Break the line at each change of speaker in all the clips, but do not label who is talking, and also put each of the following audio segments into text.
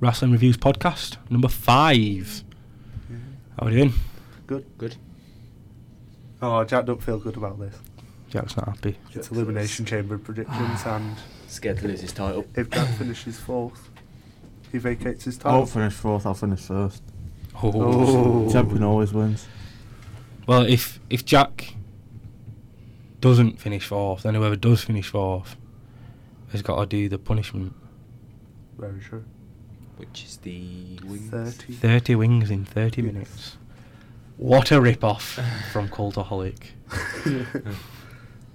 Wrestling Reviews Podcast, number five.
Mm-hmm.
How are you doing?
Good.
Good.
Oh, Jack, don't feel good about this.
Jack's not happy.
It's Elimination Chamber predictions,
Ah.
and
Scared to lose his title.
if Jack finishes fourth, he vacates his
I
title.
Oh,
won't finish fourth, I'll finish first.
Oh.
Champion always wins.
Well, if if Jack doesn't finish fourth, then whoever does finish fourth has got to do the punishment.
Very true.
Which is the wings.
30.
30 wings in 30
Yes.
minutes. What a rip-off from Cultaholic.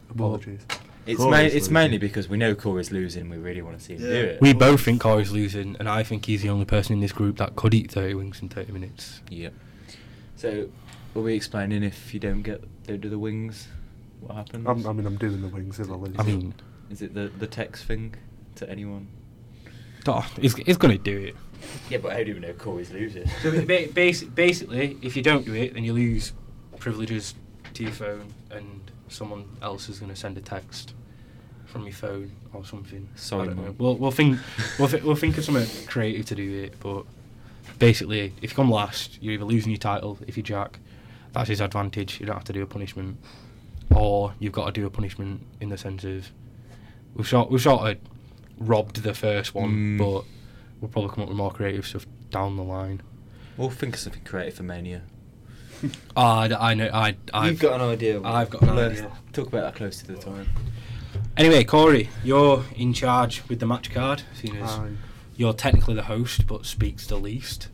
Apologies.
It's,
Corey's
ma- it's
losing.
mainly because we know Corey's losing. We really want to see him do it.
We both think Corey's losing, and I think he's the only person in this group that could eat 30 wings in 30 minutes.
Yeah. So, are we explaining if you don't get don't do the wings, what happens?
I'm, I mean, I'm doing the wings if I lose.
I mean,
is it the the text thing to anyone?
duh, he's, he's going to do it.
Yeah, but how do we know Corey's losing?
So ba- basi- basically, if you don't do it, then you lose privileges to your phone, and someone else is going to send a text from your phone or something.
Sorry,
I don't
Mum.
know. We'll, we'll think we'll, th- we'll think of something creative to do it. But basically, if you come last, you're either losing your title. If you jack, that's his advantage. You don't have to do a punishment, or you've got to do a punishment in the sense of we've sort we've sort of robbed the first one,
Mm.
but we'll probably come up with more creative stuff down the line.
We'll think of something creative for Mania.
Oh, I, I know. I, I've
You've got an idea.
I've got an
Let's
idea.
Talk about that close to the time.
Anyway, Corey, you're in charge with the match card, seeing as
Aye.
you're technically the host, but speaks the least.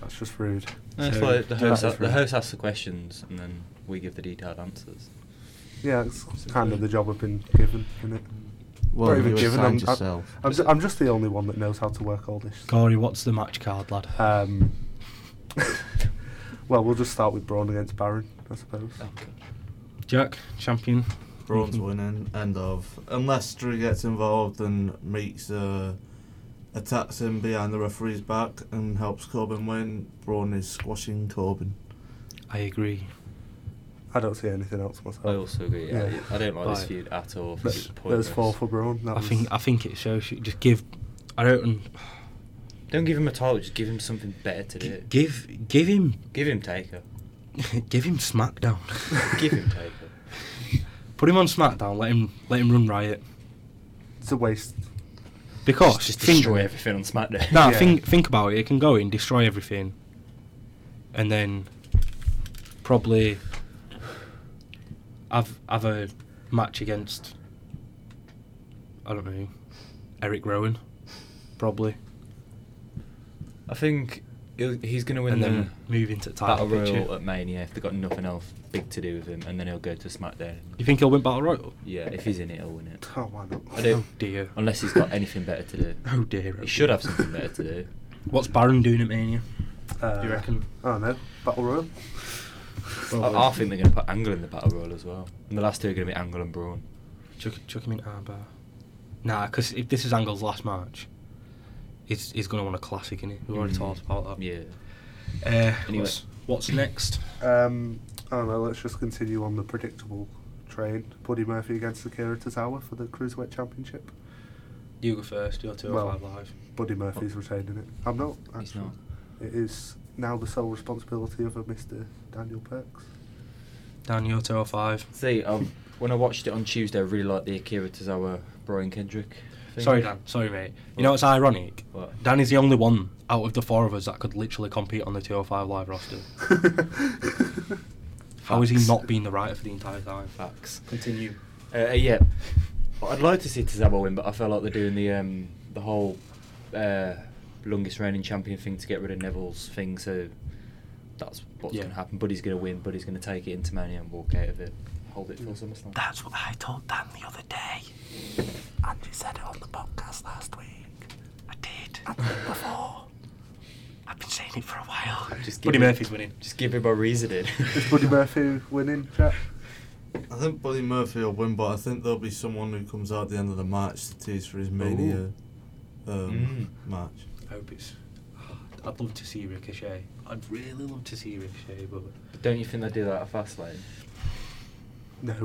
That's just rude.
That's
So-
why
Do
the host,
that
a- the
for-
host asks the questions and then we give the detailed answers.
Yeah, it's kind of the job I've been given, isn't it?
Well,
Not
you
even given. I'm,
assigned
I'm,
yourself.
I'm, ju- I'm just the only one that knows how to work all this.
Corey, what's the match card, lad?
Um, well, we'll just start with Braun against Baron, I suppose.
Jack, champion.
Braun's winning. End of. Unless Drew gets involved and meets, uh, attacks him behind the referee's back and helps Corbin win, Braun is squashing Corbin.
I agree.
I don't see anything else myself.
I also agree. Yeah.
Yeah.
I, I don't like this
Right.
feud at all. I think it's
Th- There's
pointless.
four for Braun. That
I
was-
think I think it's so. sh- Just give. I don't. un-
Don't give him a title. Just give him something better to
G-
do.
give give him
Give him Taker.
give him SmackDown.
give him Taker.
Put him on SmackDown. Let him let him run riot.
it's a waste.
Because
Just, just
think-
destroy everything on SmackDown.
No,
Yeah.
think think about it. It can go in, destroy everything, and then probably have have a match against I don't know Eric Rowan, probably,
I think he'll, he's going to win
and
the
then move into title
Battle
picture.
Royal at Mania if they've got nothing else big to do with him, and then he'll go to SmackDown.
You think he'll win Battle Royal?
Yeah, if he's in it, he'll win it.
Oh, why not?
I do.
Oh dear.
Unless he's got anything better to do.
Oh dear. oh
He should
dear.
have something better to do.
What's Baron doing at Mania?
Uh,
Do you reckon?
I don't know. Battle Royal.
I, I think they're going to put Angle in the Battle Royal as well. And the last two are going to be Angle and Braun.
Chuck, chuck him in Arbor. Nah, because if this is Angle's last match, he's, he's going to want a classic, innit? We've already
Mm.
talked about that.
Yeah.
Uh,
Anyway.
what's, what's next?
Um, I don't know. Let's just continue on the predictable train. Buddy Murphy against Akira Tozawa for the Cruiserweight Championship.
You go first, you're 205 Live.
Buddy Murphy's retaining it. I'm not. Actually.
He's not.
It is now the sole responsibility of a Mr. Daniel Perks.
Dan, you're 205.
See, um, when I watched it on Tuesday, I really liked the Akira Tozawa, Brian Kendrick. thing.
Sorry, Dan. Sorry, mate. You know what's ironic?
What?
Dan is the only one out of the four of us that could literally compete on the 205 Live roster. How has he
Facts.
not been the writer for the entire time?
Facts.
Continue.
Uh, yeah, I'd like to see Tozawa win, but I feel like they're doing the um, the whole uh, longest reigning champion thing to get rid of Neville's thing. So that's what's
Yeah.
going to happen. Buddy's going to win. Buddy's going to take it into Mania and walk out of it. Hold it till SummerSlam.
That's what I told Dan the other day. And he said it on the podcast last week. I did. And before. I've been saying it for a while.
Just
Buddy
give it-
Murphy's winning.
Just give him a reasoning.
Is Buddy Murphy winning, Jack?
I think Buddy Murphy will win, but I think there'll be someone who comes out at the end of the match to tease for his Mania um, match.
I hope it's. I'd love to see Ricochet. I'd really love to see Ricochet, but
Don't you think they do that at Fastlane?
No.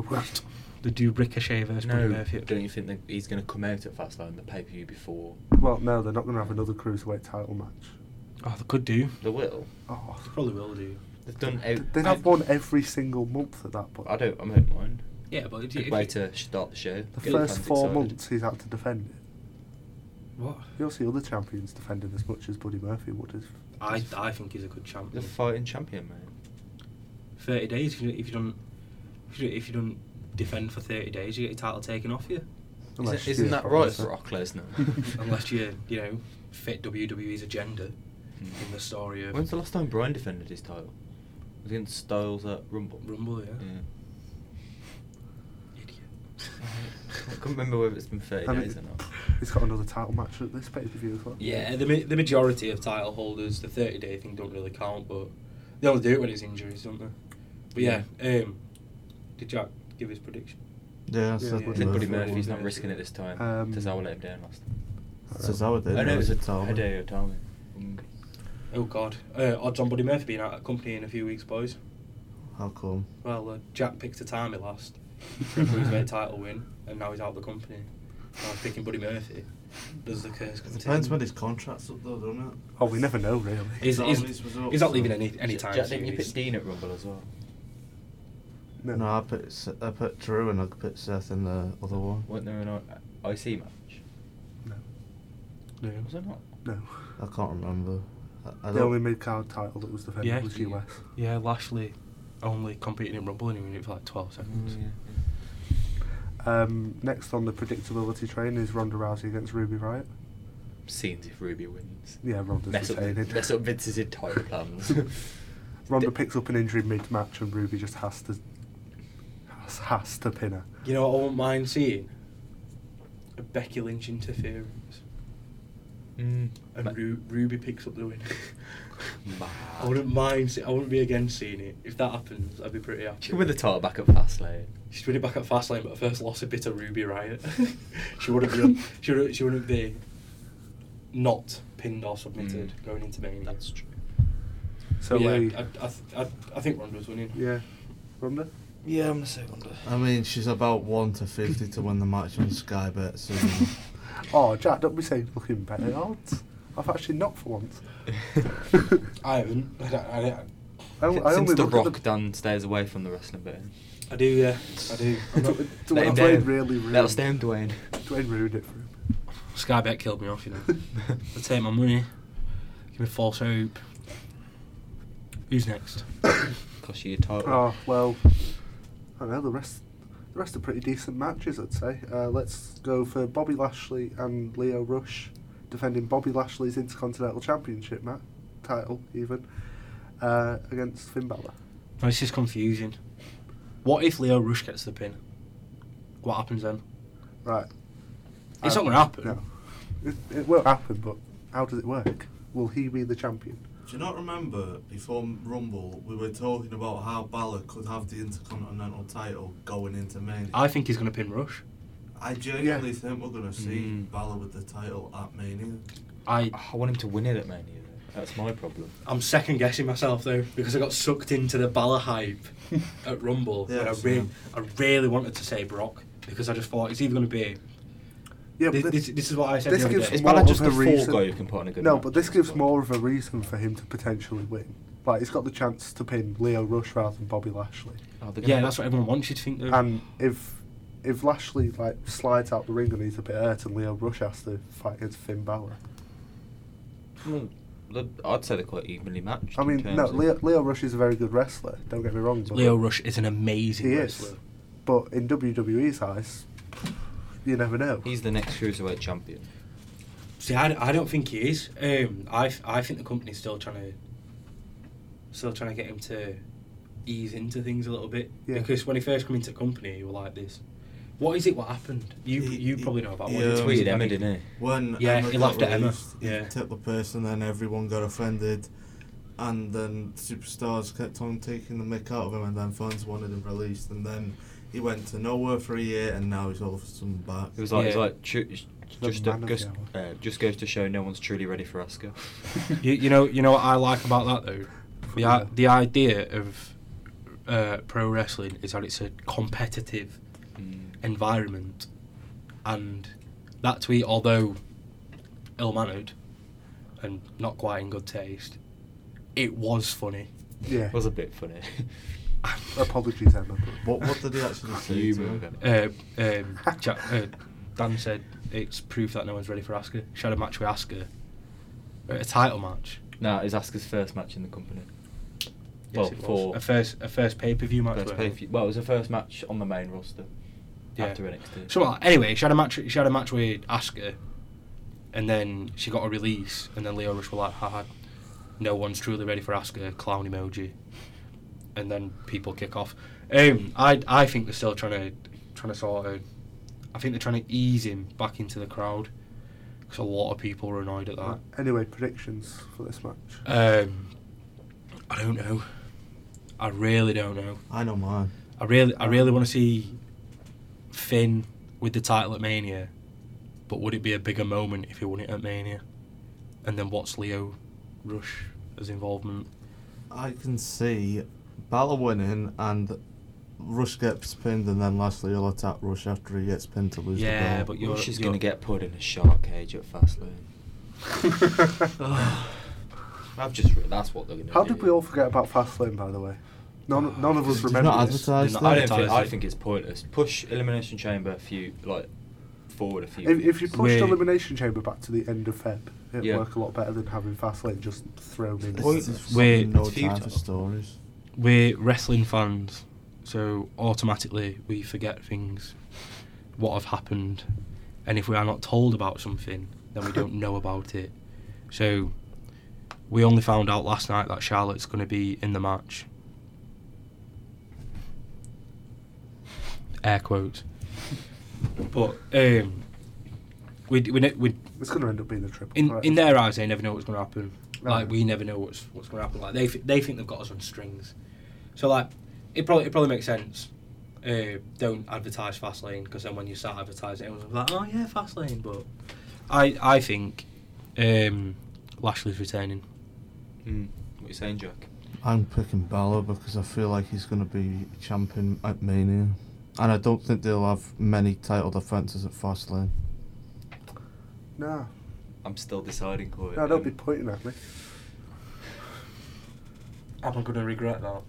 They do Ricochet versus Buddy
No,
Murphy. at-
don't you think that he's going to come out at Fastlane the pay per view before?
Well, no, they're not going to have another cruiserweight title match.
Oh, they could do.
They will.
Oh,
They probably will do.
They've done
th-
out.
they'd
out-
have one every single month at that point.
I don't. I don't mind.
Yeah, but if you-
Good
if
way
you-
to start the show.
The
get
first
fans
four
excited.
months he's had to defend it.
What?
You'll see other champions defending as much as Buddy Murphy would have.
I, I think he's a good champion.
The fighting champion, mate.
Thirty days. If you, if you don't, if you, if you don't defend for thirty days, you get your title taken off you.
Unless
Isn't,
she
isn't
is
that
probably
right
so.
for Brock Lesnar?
Unless you, you know, fit WWE's agenda
Hmm.
in the story of.
When's the last time Brian defended his title? It was against Styles at Rumble.
Rumble, yeah. Idiot.
I can't remember whether it's been 30
And
days
it-
or not.
He's Um, got another title match at this pay per view as well.
Yeah, the ma- the majority of title holders, the thirty day thing don't really count, but they only do it when it's injuries, don't they? But yeah, um, did Jack give his prediction?
Yeah, I
Yeah,
said
yeah.
I think
Buddy
Buddy
Murphy.
Murphy
Murphy's
won.
not risking it this time.
Um,
Tozawa let him down last time.
Tozawa did.
I know it was a
Hideo
Hideo
Itami.
Itami.
Oh God, uh, odds on Buddy Murphy being out of company in a few weeks, boys.
How come?
Well, uh, Jack picked a time he last for a cruiserweight title win, and now he's out of the company. Now he's picking Buddy Murphy. Does the curse
It
continue?
depends when his contract's up, though, doesn't it?
Oh, we never know really.
He's, he's,
Always was up,
he's not
so-
leaving any any
Ja-
time
Jack,
soon.
didn't you
He's-
pick Dean at Rumble as well?
No.
No, I put S- I put Drew and I put Seth in the other one.
Wasn't there an I- IC match?
No.
No.
Was there not?
No.
I can't remember. I, I
the
don't-
only mid card title that was defended
Yeah.
was US.
Yeah, Lashley only competing in Rumble and he won it for like 12 seconds.
Mm, yeah,
Um, next on the predictability train is Ronda Rousey against Ruby Riot.
yeah. Seeing if Ruby wins.
Yeah, Ronda's
mess up,
retaining.
mess up Vince's entire plans.
Mm,
Ronda
Di-
picks up an injury mid match and Ruby just has to has, has to pin her.
You know what I wouldn't mind seeing? A Becky Lynch interference.
Mm.
And
Ma-
Ru- Ruby picks up the win.
Mad.
I wouldn't mind. See- I wouldn't be against seeing it. If that happens, I'd be pretty happy.
She win the title back at Fastlane.
She's winning back at Fastlane, but her first loss had bit of Ruby Riot. she wouldn't be. She wouldn't, she wouldn't be. Not pinned or submitted
Mm.
going into Mania.
That's true.
So
But yeah,
we,
I, I, th- I, I think Ronda's winning.
yeah, Ronda.
Yeah, I'm gonna say Ronda.
I mean, she's about one to fifty to win the match on Sky Bet. So
Oh, Jack, don't be saying looking better odds. I've actually not for once.
I haven't. I, don't- I, don't-
I,
Since
I only
The
look at
Rock Dan stays away from the wrestling bit.
I do. Yeah, I do. I'm not-
Dwayne- Dwayne really ruined.
That'll stand Dwayne.
Dwayne ruined it for him.
Sky Bet killed me off, you know. I take my money. Give me false hope. Who's next?
Cost you your title.
Oh well, I don't know the rest. The rest are pretty decent matches, I'd say. Uh, let's go for Bobby Lashley and Leo Rush defending Bobby Lashley's Intercontinental Championship match title, even uh, against Finn Balor.
No, this is confusing. What if Leo Rush gets the pin? What happens then?
Right.
It's
Uh,
not gonna happen.
No, it, it won't happen. But how does it work? Will he be the champion?
Do you not remember before Rumble we were talking about how Balor could have the Intercontinental title going into Mania?
I think he's gonna pin Rush.
I genuinely
Yeah.
think we're gonna see
Mm.
Balor with the title at Mania.
I
I want him to win it at Mania. though. That's my problem.
I'm second guessing myself though because I got sucked into the Balor hype at Rumble.
Yeah,
and I,
same.
re- I really wanted to say Brock because I just thought it's either gonna be.
Yeah,
Thi-
but
this, this is what I said.
this
the other
gives
day.
Is
more
Balor
of
just
a
a fall
reason.
guy who can put on a good
no,
match
but this
as
gives
well?
more of a reason for him to potentially win. Like he's got the chance to pin Leo Rush rather than Bobby Lashley.
Oh, they're gonna-
yeah, that's what everyone wants you to think. Though.
And if if Lashley like slides out the ring and he's a bit hurt, and Leo Rush has to fight against Finn Balor.
Well, the- I'd say they're quite evenly matched.
I
in
mean,
terms
no,
of-
Leo, Leo Rush is a very good wrestler. Don't get me wrong. But
Leo Rush is an amazing
He is.
wrestler.
But in WWE's eyes, you never know.
He's the next cruiserweight champion.
See, I, d- I don't think he is. Um, I, f- I think the company's still trying to still trying to get him to ease into things a little bit
Yeah.
because when he first came into the company, you were like this. What is it? What happened? You
He-
you
he-
probably know about.
he,
what
um,
it is.
Tweeted
I
Emma,
mean,
didn't he?
When
Yeah,
Emma
he laughed
got
at Emma.
released, He
Yeah.
took the person, and everyone got offended, and then superstars kept on taking the mick out of him, and then fans wanted him released, and then he went to nowhere for a year, and now he's all of a sudden back.
It was like, it was
Yeah.
like ju-
The
just,
man of the
just,
hour.
uh, just goes to show no one's truly ready for Oscar.
you, you know you know what I like about that though the
Yeah.
i the idea of uh, pro wrestling is that it's a competitive
Mm.
environment. And that tweet, although ill mannered and not quite in good taste, it was funny.
Yeah.
was a bit funny.
Apologies, Emma.
What- what did he actually say
You
to
move
him?
Uh, um, Ja- uh, Dan said it's proof that no one's ready for Asuka. She had a match with Asuka, uh, a title match.
no, it's Asuka's first match in the company.
Yes,
well,
it was.
for
a first a first pay per view match.
First
wasn't it?
pay-per-view- well, it was the first match on the main roster after NXT.
So uh, anyway, she had a match. She had a match with Asuka, and then she got a release, and then Leo Rush were like, "Haha, no one's truly ready for Asuka." Clown emoji, and then people kick off. Um, I I think they're still trying to trying to sort of. I think they're trying to ease him back into the crowd because a lot of people were annoyed at that.
Anyway, predictions for this match.
Um, I don't know. I really don't know.
I know mine.
I really, I really want to see Finn with the title at Mania, but would it be a bigger moment if he won it at Mania? And then what's Leo Rush as involvement?
I can see Balor winning and Rush gets pinned, and then lastly he'll attack Rush after he gets pinned to lose
Yeah,
the belt.
but you're-
Rush is
you're-
going to get put in a shark cage at Fastlane.
oh,
I've just re- that's what they're going to
How
do.
did we all forget about Fastlane, by the way? None, none of us
It's not
remember this.
advertised.
They're
I
not
don't think. I
advertising.
think it's pointless. Push Elimination Chamber a few like forward a few.
If, if you
weeks.
pushed
Wait.
Elimination Chamber back to the end of Feb, it'd
Yeah.
work a lot better than having Fastlane just thrown in.
It's- it's
Wait,
no
it's
time
futile.
for stories.
We're wrestling fans, so automatically we forget things, what have happened, and if we are not told about something, then we don't know about it. So we only found out last night that Charlotte's going to be in the match. Air quotes. But um, we we ne- we
It's going to end up being a triple.
in
threat.
in their eyes they never know what's going to happen.
No.
Like we never know what's what's going to happen. Like they th- they think they've got us on strings. So like it probably it probably makes sense. Uh, don't advertise Fastlane because then when you start advertising, everyone's gonna be like, oh yeah, Fastlane. But I I think um, Lashley's retaining.
Mm. What are you saying, Jack?
I'm picking Balor because I feel like he's going to be champion at Mania, and I don't think they'll have many title defenses at Fastlane.
Nah.
I'm still deciding, Corey.
No, don't be pointing at me.
Am I gonna regret that?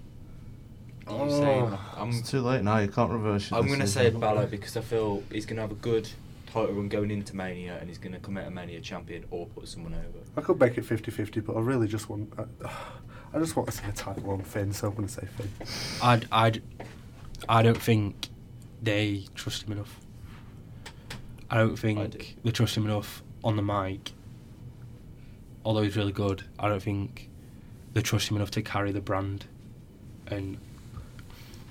I'm saying I'm
It's too late now. You can't reverse it.
I'm going to say Balor because I feel he's going to have a good title run going into Mania and he's going to come out of Mania champion or put someone over.
I could make it 50-50, but I really just want... I, I just want to see a title on Finn, so I'm going to say Finn.
I'd I'd I don't think they trust him enough. I don't think
do.
they trust him enough on the mic. Although he's really good, I don't think they trust him enough to carry the brand. And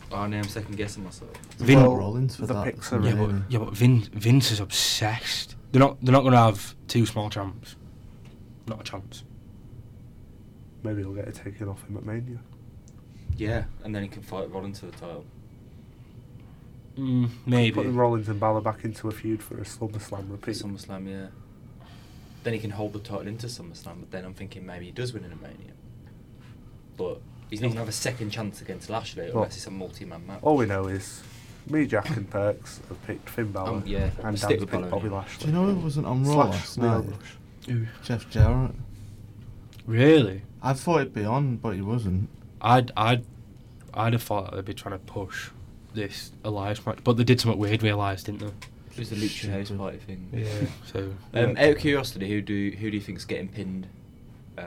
Oh, now I'm second guessing myself.
Vin-
Well, Rollins for
the
that.
picks are
yeah,
in.
but yeah, but Vin, Vince is obsessed. They're not they're not going to have two small champs. Not a chance.
Maybe he'll get it taken off him at Mania.
Yeah, and then he can fight Rollins for the title.
Mm, maybe.
Putting Rollins and Balor back into a feud for a SummerSlam
For
repeat.
SummerSlam, yeah. Then he can hold the title into SummerSlam, but then I'm thinking maybe he does win in a Mania. But he's not going to have a second chance against Lashley
Well,
unless it's a multi-man match.
All we know is me, Jack, and Perks have picked Finn Balor,
Um, yeah, we'll
and
stick
Dan's
with
picked
Balor
Bobby
anyway.
Lashley.
Do you know who wasn't on Raw
Slash
last
Leo
night?
Rush.
Ooh.
Jeff Jarrett.
Really?
I thought he'd be on, but he wasn't.
I'd I'd I'd have thought that they'd be trying to push this Elias match, but they did something weird with Elias, didn't they?
It was a Lucha House
Stupid.
Party thing.
So
Um,
Yeah.
Out of curiosity, who do who do you think's getting pinned? Uh,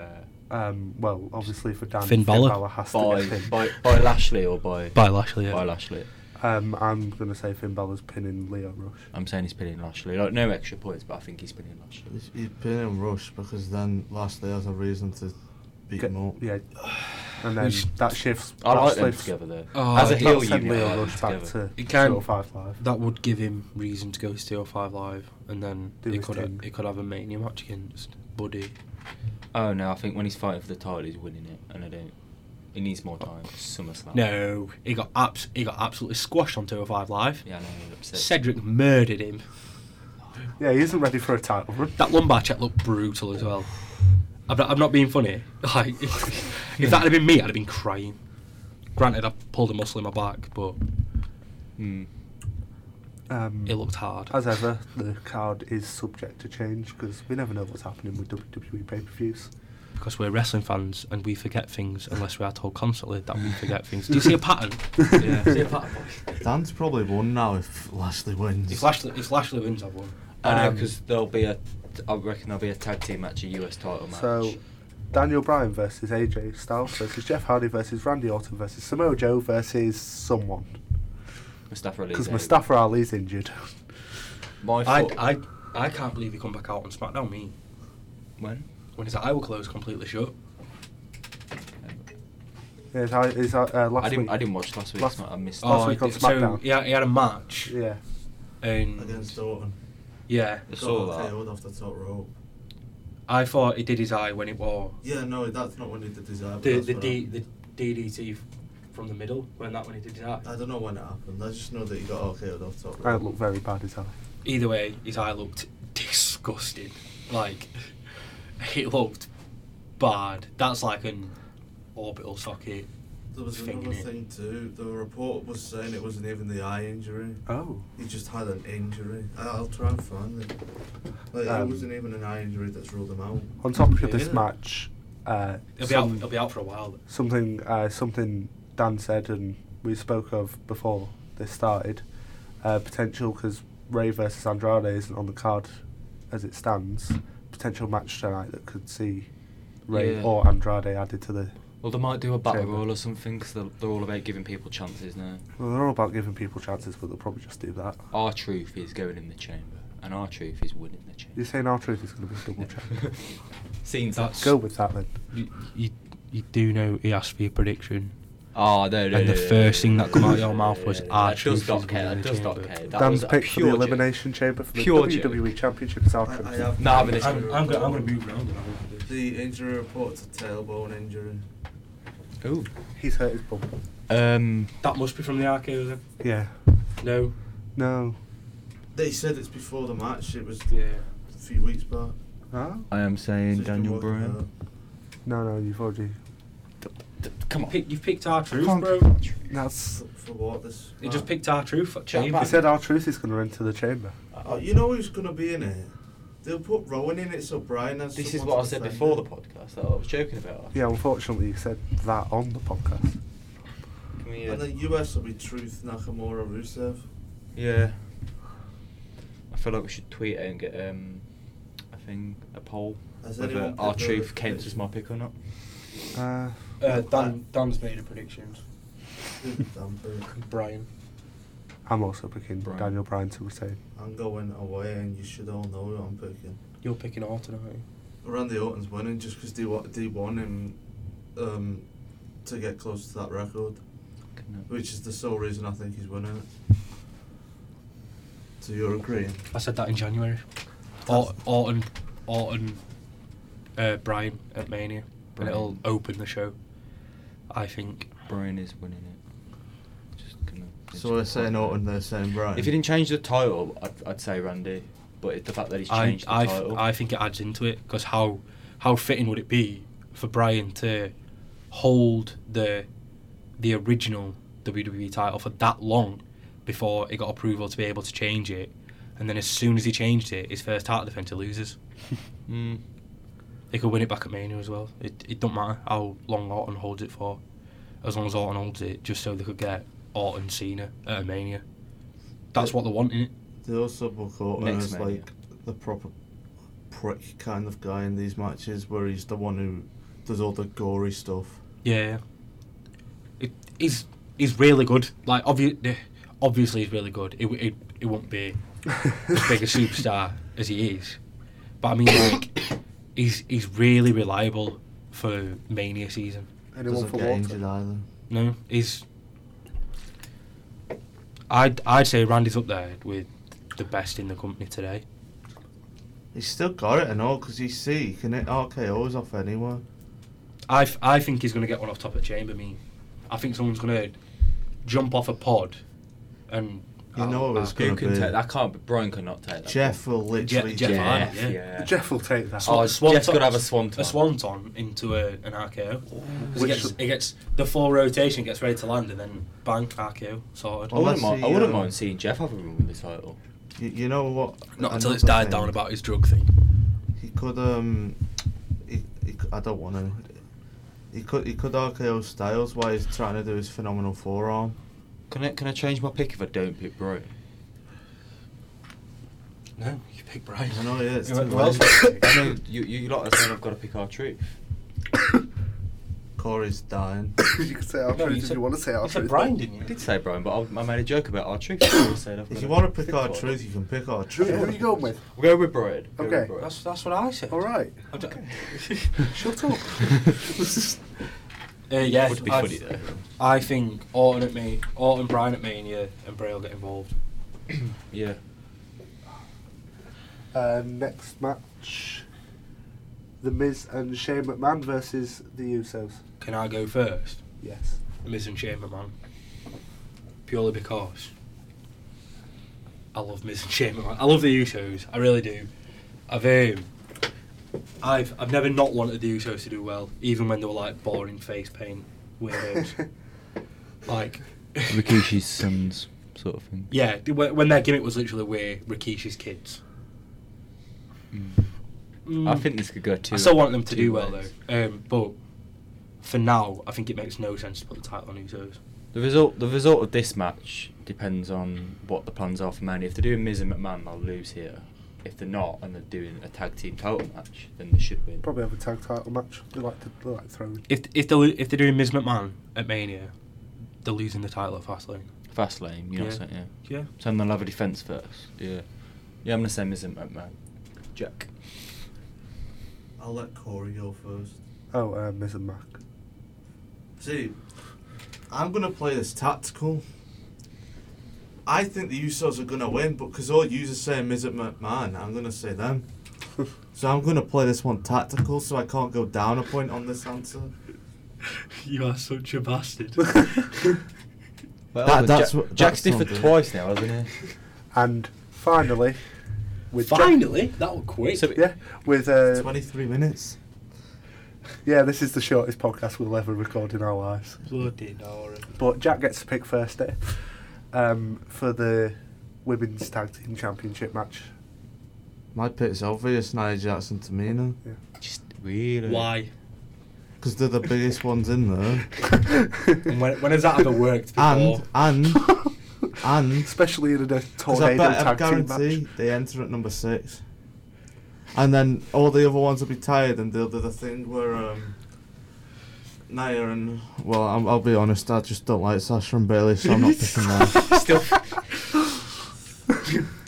Um, well, obviously for Dan,
Finn
Finn
Balor.
Balor, has
by,
to get pinned.
by by Lashley or by
by Lashley. yeah.
by Lashley.
Um, I'm going to say Finn Balor's pinning Leo Rush.
I'm saying he's pinning Lashley. Like no extra points, but I think he's pinning Lashley.
He's- He'd been in Rush because then Lashley has a reason to beat
Get-
him up.
Yeah. And then
Who's-
that shifts.
I like
that
them
shifts-
together though.
Oh,
As
I'd
a
that
heel
love
sends
unit, I
Leo
like them
Rush back
together.
to
It can-
205 Live.
That would give him reason to go to 205 Live, and then
Do
he
his
could
thing.
he could have a mania match against Buddy.
Oh no, I think when he's fighting for the title, he's winning it, and I don't. He needs more time. SummerSlam.
No, he got abs- he got absolutely squashed on 205 Live.
Yeah, Oh, I know. I'm upset.
Cedric murdered him.
Yeah, he isn't ready for a title run.
That lumbar check looked brutal as well. I'm not, I'm not being funny. Like, if that had been me, I'd have been crying. Granted, I pulled a muscle in my back, but
Hmm.
Um,
It looked hard.
As ever, the card is subject to change because we never know what's happening with E WWE pay per views.
Because we're wrestling fans and we forget things unless we are told constantly that we forget things. Do you see a pattern?
Yeah, see a pattern, boys.
Dan's probably won now if Lashley wins.
If Lashley, if Lashley wins, I've won.
I know
Um,
because there'll be a. I reckon there'll be a tag team match, a US title match.
So, Daniel Bryan versus AJ Styles versus Jeff Hardy versus Randy Orton versus Samoa Joe versus someone.
Mustafa Ali.
Because
Zayn.
Mustafa Ali's injured.
My
I,
thought-
I, I can't believe they come back out on SmackDown. Me,
when?
when his eye will close completely shut.
Is I, is I, uh, last
I didn't.
week.
I didn't watch last week.
Last-
so I missed.
last
it.
week on
Oh, so
SmackDown.
he had, he had a match.
Yeah.
And
Against Orton.
yeah,
I saw that.
KO'd off the top rope.
I thought he did his eye when it was
Yeah, no, that's not when he did his eye. but
the
that's
the,
what
D, the
happened.
DDT f- from the middle. When that when he did his eye.
I don't know when it happened. I just know that he got RKO'd off top rope.
And it looked very bad as hell.
Either way, his eye looked disgusting. Like it looked bad. That's like an orbital socket.
There was
thing,
another
innit?
thing too. The report was saying it wasn't even the eye injury.
Oh.
He just had an injury. I- I'll try and find it. Like it
Um,
wasn't even an eye injury that's ruled him out.
On topic of
Yeah.
this match, uh,
It'll be out.
some-
It'll be out for a while.
something uh, something Dan said and we spoke of before this started uh, potential because Ray versus Andrade isn't on the card as it stands. Potential match tonight that could see Ray
Yeah.
or Andrade added to the.
Well, they might do a battle
Chamber. Hmm.
royal or something because they're, they're all about giving people chances now.
Well, they're all about giving people chances, but they'll probably just do that.
Our truth is going in the chamber, and our truth is winning the chamber.
You're saying our truth is going to be a double champ.
Seems
That's-
Go with that then.
You, you, you do know he asked for your prediction.
Oh, no, no,
And the
no, no,
first
no,
thing
no,
that come out of
no,
your
no,
mouth
no,
was,
no, no,
"Our
That does
truth
not
is
count. That
winning the
does not
chamber."
count. That
Dan's
was a
pick for the
pure joke.
elimination chamber for the
Pure joke.
WWE Championship is our
I- I
truth.
have-
Nah, but it's-
I'm, I'm, gonna, I'm gonna move around. and I'll-
The injury report's a tailbone injury.
Ooh.
He's hurt his bum.
Um,
That must be from the RKO then.
Yeah.
No.
No.
They said it's before the match. It was
Yeah.
a few weeks back.
No.
I am
So
saying
he's been
Daniel
working
Bryan.
uh,
No. No. You've already.
Come
You
on.
pick, you've picked our truth,
Come on,
bro.
pick our truth.
That's
out For, for what this?
You just picked our truth. Fuck
Chat
shame.
back.
He said our truth is going to enter the chamber.
Oh, you know who's gonna be in it? They'll put Rowan in it, so Brian has.
This is
someone
what I
to
said
defend
before the
him.
podcast that I was joking about.
Yeah, unfortunately, you said that on the podcast.
Can we, uh,
And then US will be Truth, Nakamura, Rusev.
Yeah. I feel like we should tweet it and get um, a thing, a poll.
Has
whether
anyone
our
picked
truth
a-
counts as my pick or not.
Uh,
Uh, Dan, Dan's made a prediction.
Damn fool.
Brian.
I'm also picking
Bryan.
Daniel Bryan to retain.
I'm going away, and you should all know who I'm picking.
You're picking Orton, aren't you?
Randy Orton's winning just because they, wa- they want him um, to get close to that record,
Couldn't it?
which is the sole reason I think he's winning it. So you're agreeing?
I said that in January. Or, Orton, Orton, uh, Brian at Mania, and it'll
Bryan.
open the show. I think.
Brian is winning it. Just gonna.
So we're saying Orton, they're saying Brian.
If he didn't change the title, I'd, I'd say Randy. But it, the fact that he's
I,
changed
I,
the title,
I think it adds into it because how how fitting would it be for Brian to hold the the original WWE title for that long before it got approval to be able to change it, and then as soon as he changed it, his first title defense he loses.
Mm,
He could win it back at Mania as well. It it don't matter how long Orton holds it for, as long as Orton holds it, just so they could get Orton Cena at a Mania. That's what they want in it.
They also book Orton
Next
as
Mania.
like the proper prick kind of guy in these matches, where he's the one who does all the gory stuff.
Yeah. It, he's he's really good. Like obvi- obviously he's really good. It, w- it, it won't be as big a superstar as he is, but I mean like he's he's really reliable for Mania season.
Anyone
Doesn't
for
get injured
water?
either.
No, he's. I'd I'd say Randy's up there with the best in the company today.
He's still got it and all because you see he can hit RKO's off anyone.
I, f- I think he's going to get one off top of chamber. I mean, I think someone's going to jump off a pod and
You
Oh,
know it was
uh,
going
Who
to
can
be.
take? I can't. but Brian cannot take that.
Jeff will literally.
Jeff
get-
Hardy. yeah.
Jeff, yeah.
Jeff will take that.
Oh,
Swan- swan
Jeff's
ton-
gotta have a swan ton.
A swan ton into a, an RKO. 'Cause It
Which-
gets, it gets the full rotation, gets ready to land, and then bang, RKO, sorted.
I wouldn't,
Unless
mind, I
he,
wouldn't
um,
mind seeing Jeff have a run with the title.
You, you know what?
Not until it's
another
died
thing?
down about his drug thing.
He could um, he, he, c- I don't want to. He could he could RKO Styles while he's trying to do his phenomenal forearm.
Can I can I change my pick if I don't pick Brian?
No, you pick Brian.
I know, yeah, it's
Who
too
else
late.
would I pick?
no, you you lot are saying I've got to pick our truth.
Corey's dying.
you can say our
No,
truth if you want to say our
you said
truth.
Brian, didn't you?
I did say Brian, but I, I made a joke about our truth. if
if you want to pick our truth, you can pick our
Who,
truth.
who are you going with?
We'll go with Brian. Go
Okay.
with Brian.
That's, that's what I said.
All right.
I don't-
Shut up.
Uh, yeah,
Would be
I-
funny though.
I think Orton at me, Orton, Brian at Mania, and Bray will get involved.
Yeah.
Uh, next match The Miz and Shane McMahon versus The Usos.
Can I go first?
Yes.
Miz and Shane McMahon. Purely because I love Miz and Shane McMahon. I love the Usos. I really do. I've um, I've I've never not wanted the Usos to do well, even when they were like boring face paint weirdos. like
Rikishi's sons, sort of thing.
Yeah, th- when when their gimmick was literally we're Rikishi's kids.
Mm. I think this could go two.
I still want them to
two
do well
ways.
though. Um, but for now, I think it makes no sense to put the title on Usos.
The result, the result of this match depends on what the plans are for Mania. If they're doing Miz and McMahon, they'll lose here. If they're not, and they're doing a tag team title match, then they should win.
Probably have a tag title match. They like to they like throwing.
If if they if they're doing Miz McMahon at Mania, they're losing the title at Fastlane.
Fast lane, you know what I'm
Yeah.
saying? Yeah.
Yeah.
So they'll have a defense first. Yeah. Yeah, I'm gonna say Miz and McMahon. Jack.
I'll let Corey go first.
Oh, uh, Miz and Mac.
See, I'm going to play this tactical. I think the Usos are going to win, but because all you are saying is it McMahon, I'm going to say them. so I'm going to play this one tactical so I can't go down a point on this answer.
You are such a bastard.
Well,
That- that's what-
Jack's
that's
different
something.
twice now, hasn't
and finally, with Jack-
Finally, that was quick.
So-
yeah, with uh,
23 minutes.
yeah, this is the shortest podcast we'll ever record in our lives.
Bloody Nora.
But Jack gets to pick first day um, for the women's tag team championship match.
My pick's obvious Nia Jackson Tamina.
Yeah.
he? Just really.
Why?
Because they're the biggest ones in there.
And when, when has that ever worked before?
And, and, and.
especially in a
Because I
tornado
bet I
tag team
guarantee
match.
they enter at number six. And then all the other ones will be tired and they'll do the thing where um, Nia and. Well, I'm, I'll be honest, I just don't like Sasha and Bailey, so I'm not picking them.
Still.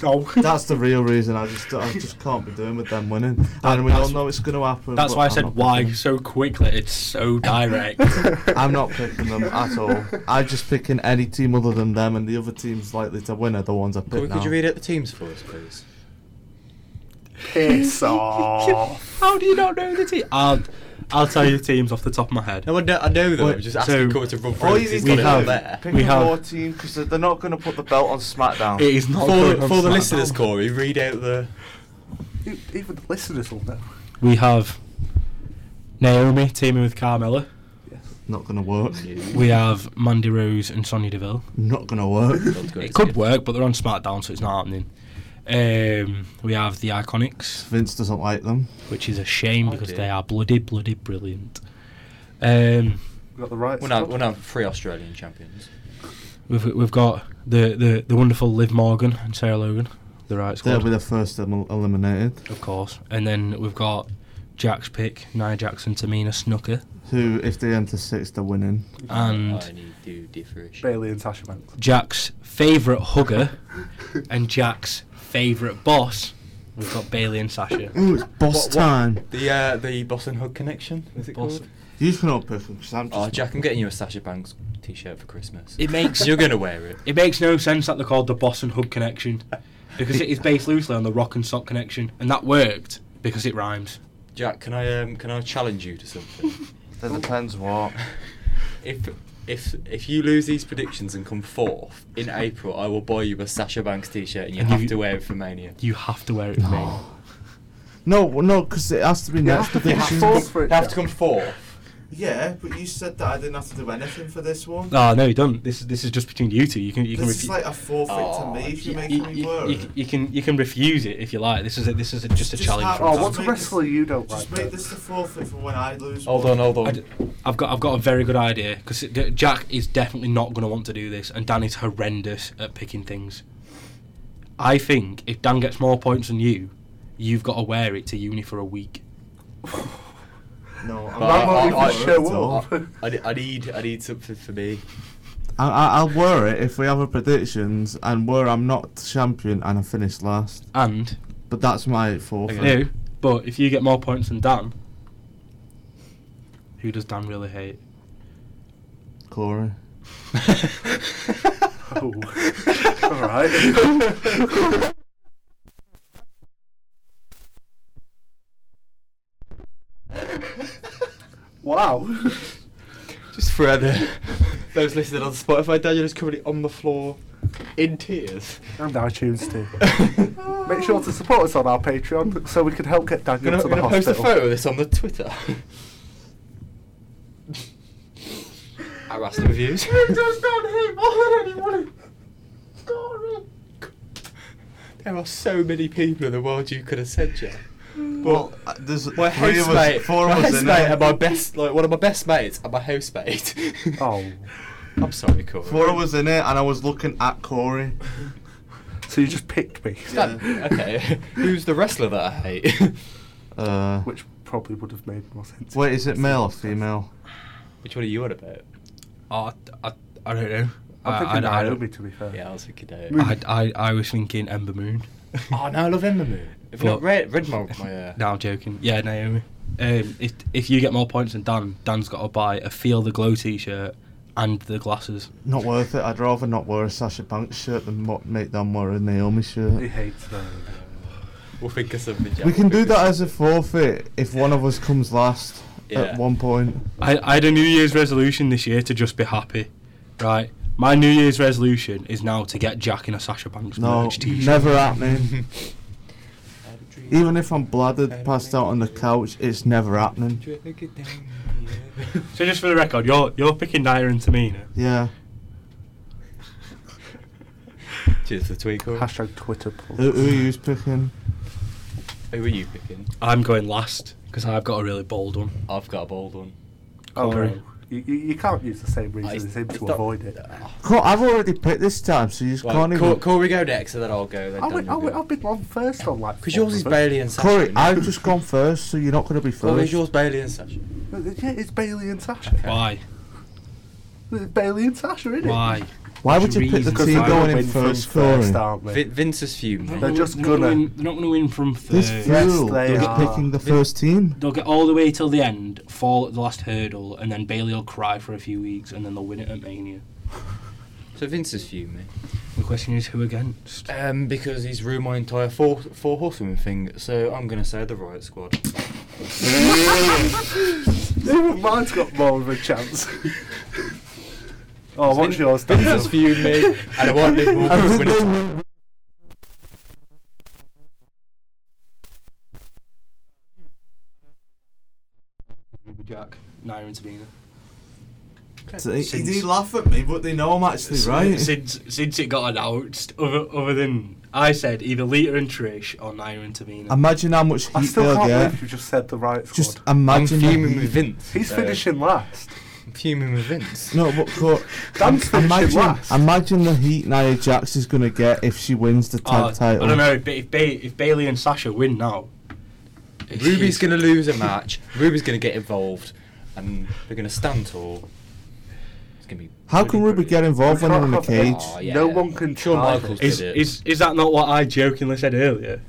Oh.
That's the real reason. I just I just can't be doing with them winning. and we all
that's-
know it's going to happen.
That's
but
why I
I'm
said
not
why
picking
so quickly. It's so direct.
them. I'm not picking them at all. I'm just picking any team other than them, and the other teams likely to win are the ones I pick
Could,
now.
could you read out the teams for us, please?
Piss off.
How do you not know the team? I'll, I'll tell you the teams off the top of my head.
No, I know, I know them.
Wait,
I'm just
so-
asking Corey to run through.
All
it
you
'cause
need
he's
to
We
do
got
have-
it there.
pick
We
a
have-
war team because they're not going to put the belt on SmackDown.
It is not
For,
going
the,
on
for the
SmackDown.
listeners, Corey, read out the.
E- Even the listeners will know.
We have Naomi teaming with Carmella.
Yes.
Not going to work.
We have Mandy Rose and Sonya Deville.
Not going to work.
It could work, but they're on SmackDown, so it's not happening. Um, we have the Iconics,
Vince doesn't like them.
which is a shame
Oh
because
dear.
they are bloody, bloody brilliant. Um,
We've got the right.
We're now,
stuff.
we're now three Australian champions.
we've we've got the, the, the wonderful Liv Morgan and Sarah Logan, the right
They'll
squad,
be the first em- eliminated.
of course. And then we've got Jack's pick, Nia Jackson, Tamina, Snooker,
Who, if they enter sixth, they're winning.
and
Oh, I need to differ.
Bailey and Sasha Banks.
Jack's favourite hugger and Jack's favourite boss. We've got Bailey and Sasha.
Ooh, it's boss time.
The uh, the Boston Hug connection. Is it
Boss-
called?
You can all pick them because I'm just.
Oh, Jack, I'm getting you a Sasha Banks t-shirt for Christmas.
It makes-
you're gonna wear it.
It makes no sense that they're called the Boss and Hug connection because it is based loosely on the Rock and Sock connection, and that worked because it rhymes.
Jack, can I um, can I challenge you to something?
That depends what.
if If if you lose these predictions and come fourth in April, I will buy you a Sasha Banks T-shirt, and you
And
have
you-
to wear it for Mania.
You have to wear it for me.
No, well, no, because it has to be next
have to be
prediction.
fourth for it,
You have to
Jack.
come fourth.
Yeah, but you said that I didn't have to do anything for this one.
Oh,
Ah, No, no, you don't. This is this is just between you two. You can you
This
can
is
refu-
like a forfeit
Oh,
to me if
you,
you're making
you,
me
you,
work.
you, you can you can refuse it if you like. This is a, this is a, just a
Just
challenge.
have-
from us.
Oh, what's a
Just make this-
wrestler you don't like?
Just make
then?
this the forfeit for when I lose.
Hold
one.
on, hold
I
on.
d- I've got I've got a very good idea because Jack is definitely not going to want to do this, and Dan is horrendous at picking things. I think if Dan gets more points than you, you've got to wear it to uni for a week.
No,
But
I'm
Man
I-
won't
I-
even
I-
show
I-
up.
I, ne- I need I need something for me.
I, I, I'll wear it if we have a predictions and where I'm not champion and I finish last.
And
But that's my fourth.
Okay.
no, but if you get more points than Dan, who does Dan really hate?
Corey.
Oh, all right. wow.
Just forever. Those listening on Spotify, Daniel is currently on the floor in tears.
And iTunes too. Make sure to support us on our Patreon so we can help get Daniel
Gonna,
to the
gonna post a
hospital.
photo of this on the Twitter. Harassing reviews. There are so many people in the world you could have said, Jack.
Well, uh, there's
My
three of
housemate,
us, four
my
of us in
housemate,
it.
and my best, like one of my best mates, and my housemate.
Oh.
I'm sorry, Corey.
Four of us in it, and I was looking at Corey.
So you just picked me.
Stan-
Yeah.
Okay, who's the wrestler that I hate?
Uh,
Which probably would have made more sense.
wait, is it male or female?
Which one are you on about?
Oh, I, I don't know.
I'm thinking
I, I,
Naomi, to be fair.
Yeah, Uh, I was thinking that.
I, I, I was thinking Ember Moon.
oh no, I love Ember Moon. If
But-
not read, read my, my uh,
No, I'm joking. Yeah, Naomi. Um, if if you get more points than Dan, Dan's got to buy a Feel the Glow T-shirt and the glasses.
Not worth it. I'd rather not wear a Sasha Banks shirt than mo- make them wear a Naomi
He
shirt.
hates them.
We'll think of something. Jack.
We can do
We'll think
that
of
as a forfeit if one of us comes last
Yeah.
at one point.
I, I had a New Year's resolution this year to just be happy, right? My New Year's resolution is now to get Jack in a Sasha Banks
No,
merch T-shirt.
never happening.
something.
Even if I'm bladdered, passed out on the couch, it's never happening.
Drag it down, yeah.
So just for the record, you're you're picking Naya and Tamina.
Yeah.
Cheers for the tweet, Corey.
Hashtag Twitter
Who,
polls.
who are you picking?
Who are you picking?
I'm going last because I've got a really bold one.
I've got a bold one.
Oh,
Corey.
no. you, you, you can't use the same reason as him to avoid it.
Oh.
Co- I've already picked this time, so you just
Well,
can't
Cor-
even.
Corey go next, and then I'll go. Then
I went, I
Daniel
went,
go.
I've been on first on like.
Because
four
yours is
of them.
Bailey and Sasha.
Corey,
isn't it?
I've just gone first, so you're not going to be
Corey's
first.
yours, Bailey and Sasha.
Uh, Yeah, it's Bailey and Sasha.
Why?
It's Bailey and Sasha, isn't it?
Why?
Why would you pick
Reasons.
the
Because
team
they're
going
win
in
from
first, Corey?
first, aren't they?
Vin- Vince has fumed.
They're
mate.
They're
not
just
gonna win-
gonna.
They're not going to win from
This
third.
Yes,
fool
they
doesn't
are.
picking the first team.
They'll get all the way till the end, fall at the last hurdle, and then Bailey will cry for a few weeks, and then they'll win it at Mania.
So Vince has fumed me.
The question is who against?
Um, because he's ruined my entire four four horsewomen thing. So I'm gonna say the Riot Squad.
Even mine's got more of a chance. oh, what's yours?
Vince has
Daniel?
fumed me, and I want Liv Morgan to win it.
Jack, Naira and Sabina.
They they laugh at me, but they know I'm actually right.
Since since it got announced, other, other than I said either Lita and Trish or Naira and Tamina.
Imagine how much
I
heat
still
they'll
can't
get.
believe you just said the right squad.
Just
I'm
imagine. the
fuming
heat.
with Vince.
He's
so-
finishing last.
I'm fuming with Vince.
No, but Cor-
Dan's
im-
finishing
imagine,
last.
imagine the heat Nia Jax is going to get if she wins the tag
Oh,
title.
I don't know if, ba- if, ba- if Bailey and Sasha win now. it's-
Ruby's
it's-
gonna lose a match. Ruby's gonna get involved, and they're gonna stand tall. It's gonna be.
How can Ruby get involved when they're in a
We can't
cage?
have
Oh,
it.
yeah.
No one can
Shawn
tie
Michaels.
it.
Is,
did it.
is is that not what I jokingly said earlier?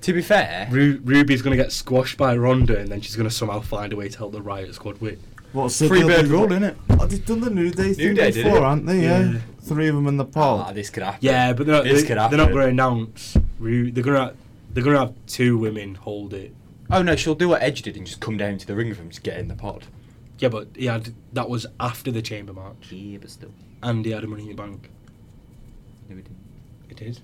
To be fair,
Ru- Ruby's gonna get squashed by Ronda, and then she's gonna somehow find a way to help the Riot Squad win.
What's
free bird rule, isn't it?
Oh, they've done the new day
New
thing.
Day did
Four,
it.
aren't they? Yeah.
Yeah.
Three of them in the
Ah,
pod.
this could happen.
Oh. Yeah, but they're not,
This
they,
could
are
happen.
not going to announce. Ru- They're going to they're going to have two women hold it.
Oh no, she'll do what Edge did and just come down to the ring with him to get in the pod.
Yeah, but he had that was after the Chamber match,
Yeah, but still.
and he had a Money in the Bank.
No, we didn't.
It is.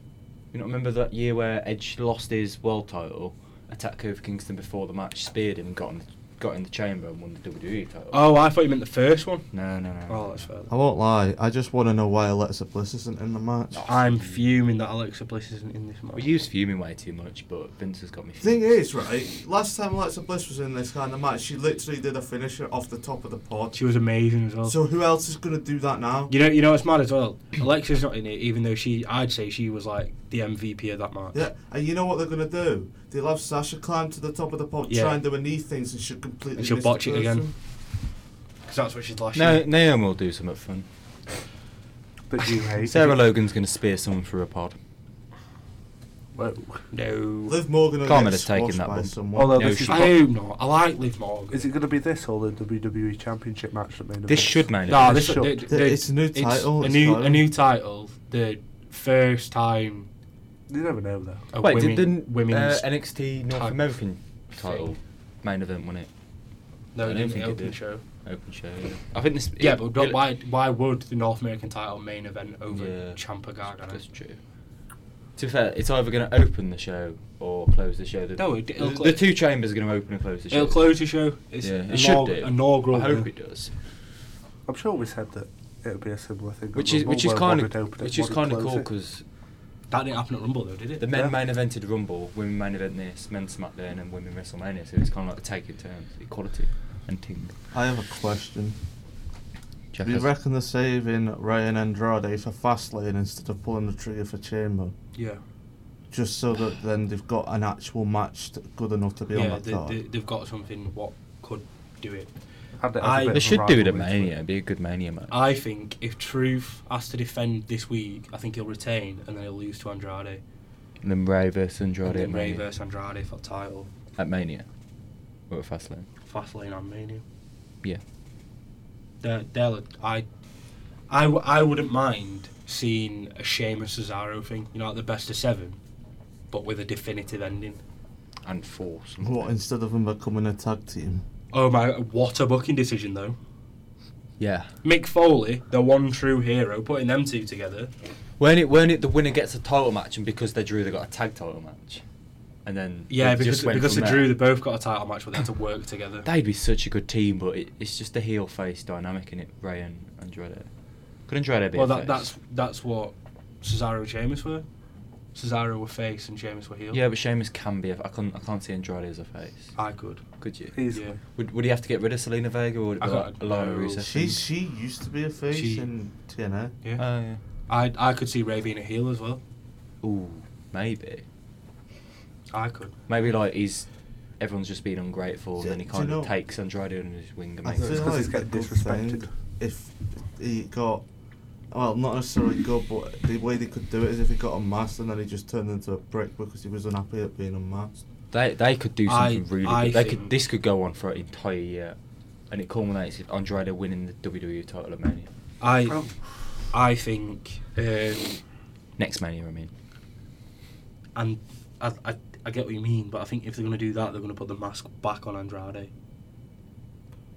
You not remember that year where Edge lost his world title, attacked Kofi Kingston before the match, speared him, got in the, got in the chamber and won the WWE title?
Oh, I thought you meant the first one.
No, no, no.
Oh, that's fair.
I won't lie. I just want to know why Alexa Bliss isn't in the match.
I'm fuming that Alexa Bliss isn't in this match.
We use fuming way too much, but Vince has got me.
Thing
fuming.
is, right, last time Alexa Bliss was in this kind of match, she literally did a finisher off the top of the pod.
She was amazing as well.
So who else is going to do that now?
you know, you know, it's mad as well. Alexa's not in it, even though she, I'd say she was like the MVP of that match.
Yeah, and you know what they're going to do? They'll have Sasha climb to the top of the pod,
Yeah.
try and do a knee things, and she'll completely
And she'll
miss
botch
the
it again.
person.
Because that's what she did last
No,
year.
Naomi will do something fun.
But you hate.
Sarah
it.
Logan's going to spear someone through a pod.
Whoa.
No.
Liv Morgan will
Karma
get
has taken
squashed
that
by
bump.
someone.
Although
No,
this is,
she-
I
prob-
hope not. I like Liv Morgan.
is it going to be this or the WWE Championship match that made it?
This should man.
No, this
Shut.
they-
Th-
they-
it's a new title,
A
it's
new,
called.
a new title. The first time
You never know though.
a
Wait,
women,
did the
women's
uh, NXT North
title
American
thing.
title main event won it?
No,
I
it
don't
didn't
think it
open
did.
show.
Open show. Yeah. I think this.
Yeah,
it-
but
it-
why why would the North American title main event over
Yeah.
Champa Gargano?
That's true. To be fair, it's either going to open the show or close the show. The,
No, it- it'll
the,
clo-
the two chambers are going to open and close the show.
It'll close the show. It's
yeah,
inaugur-
it should do.
Inaugural.
I hope it does.
I'm sure we said that it would be a similar thing.
Which
on
is
Rumble,
which is
where
kind
one would
of
open it,
which
one
is
would
kind of
close
cool
it.
because
That didn't happen at Rumble though, did it?
the men
Yeah.
main evented Rumble, women main event this, men SmackDown, and women WrestleMania. So it's kind of like a take in turns, equality and ting.
I have a question.
Jack
Do you
has-
reckon they're saving Ryan Andrade for Fastlane instead of pulling the trigger for Chamber?
yeah.
Just so that then they've got an actual match t- good enough to be
Yeah,
on that
they,
card.
they, they've got something what could do it.
Had it as a
I-
bit
they
of
They
a
should do it
rivalry
at
to
Mania. It'd be a good Mania match.
I think if Truth has to defend this week, I think he'll retain and then he'll lose to Andrade.
And then Ray versus
and
Andrade
then
at
Ray
Mania.
versus Andrade for the title.
At Mania. Or at Fastlane.
Fastlane on Mania.
Yeah.
They're, they're, I, I, w- I wouldn't mind seeing a Sheamus Cesaro thing, you know, like the best of seven, but with a definitive ending.
And four. something.
What instead of them becoming a tag team?
Oh my, what a booking decision though.
Yeah.
Mick Foley, the one true hero, putting them two together.
Weren't it, weren't it the winner gets a title match and because they drew they got a tag title match? And then
Yeah,
it
because
just went
because they
from
drew, they
there.
both got a title match, but they had to work together.
They'd be such a good team, but it, it's just the heel face dynamic in it. Ray and Andrade. Could Andrade be?
well,
a
that,
face?
that's that's what Cesaro and Sheamus were. Cesaro were face and Sheamus were heel.
Yeah, but Sheamus can be. A, I can't. I can't see Andrade as a face.
I could.
Could you?
it. Easily.
Yeah.
Would, would he have to get rid of Selena Vega or would it
I
be
got-
like Alana
no.
Rusev?
She she used to be a face
She-
in TNA.
Yeah.
Oh, yeah.
I I could see Ray being a heel as well.
Ooh, maybe.
I could.
Maybe like he's everyone's just being ungrateful,
Do-
and then he
do
kind
you
of
know-
takes Andrade under his wing and
I
makes.
feel
him-
It's 'cause
like
he's
a
getting
good
disrespected.
thing If he got, well, not necessarily good, but the way they could do it is if he got unmasked and then he just turned into a prick because he was unhappy at being unmasked.
They they could do
I-
something really.
I
good. They could.
think-
This could go on for an entire year, and it culminates with Andrade winning the WWE title at Mania.
I
Oh.
I think um,
Next Mania, I mean.
and I, I I get what you mean, but I think if they're gonna do that, they're gonna put the mask back on Andrade.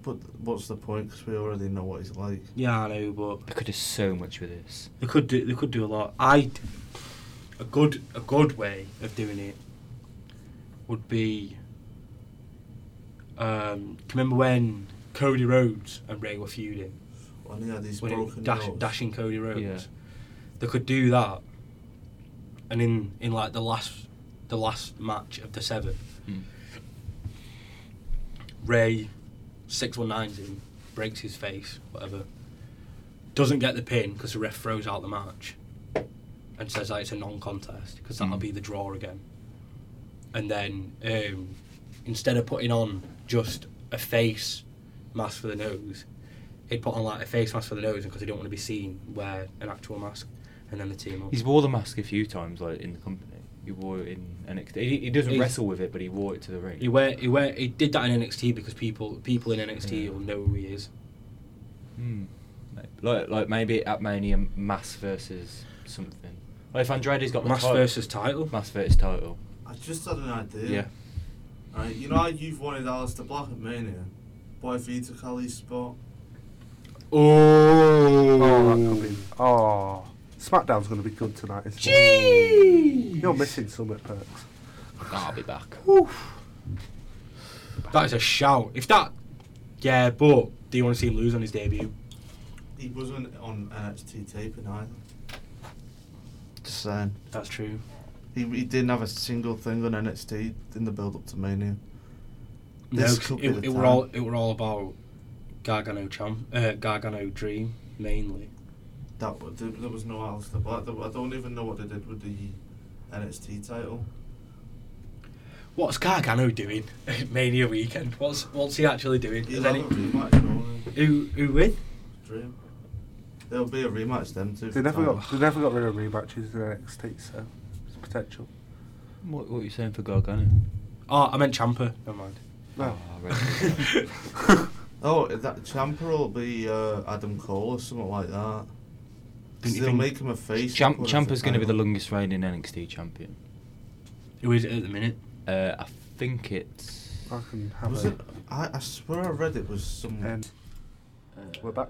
But what's the point? Because we already know what he's like.
Yeah, I know, but
They could do so much with this.
They could do. They could do a lot. I a good a good way of doing it would be. Um, do you remember when Cody Rhodes and Ray were feuding?
And he had these
when it-
broken
dash,
nose.
dashing Cody Rhodes.
Yeah.
They could do that, and in in like the last the last match of the seven,
Hmm.
Ray six one nines him, breaks his face, whatever. Doesn't get the pin because the ref throws out the match, and says like it's a non-contest because that'll
Mm.
be the draw again. And then um, instead of putting on just a face mask for the nose, he'd put on like a face mask for the nose because he didn't want to be seen wear an actual mask, and then the team. Up.
He's wore the mask a few times, like in the company. He wore it in NXT. He, he doesn't
He's-
wrestle with it, but he wore it to the ring.
He wear he wear he did that in NXT because people people in NXT
Yeah.
will know who he is.
Hmm. Maybe. Like, like maybe at Mania, Mass versus something. Like if Andrade's got the
Mask
title,
versus title.
Mass versus title.
I just had an idea.
Yeah.
Right, you know how you've wanted Alistair Black at Mania? Boy Vita Kali's spot.
Oh.
Oh, that could be.
Oh.
SmackDown's going to be good tonight, isn't
Gee.
it? You're missing some perks.
I'll be back.
That is a shout. If that, yeah, but do you want to see him lose on his debut?
He wasn't on NXT taping either.
Just saying.
That's true.
He, he didn't have a single thing on NXT in the build up to Mania.
No,
This
'cause
could be
it,
the
it were
time.
all it were all about Gargano Cham, uh, Gargano Dream mainly.
That wa- there, there was no Alistair Black. There, wa- I don't even know what they did with the NXT title.
What's Gargano doing? Mania weekend. What's what's he actually doing?
He'll
Is
have
any-
a rematch, won't he?
who who with?
Dream. There'll be a rematch them two.
They
for
never
title.
got they never got rid of rematches in NXT, so it's potential.
What, what are you saying for Gargano?
Oh, I meant Champa. Never mind.
No.
Oh, right.
Oh, that Champa will be uh, Adam Cole or something like that.
Didn't you
They'll
think-
make him a face.
Champ, Champa's going to be the longest reigning NXT champion.
Who is it at the minute?
Uh, I think it's.
I can have
Was
a.
it? I, I swear I read it was some.
And
Uh, Mm.
we're back.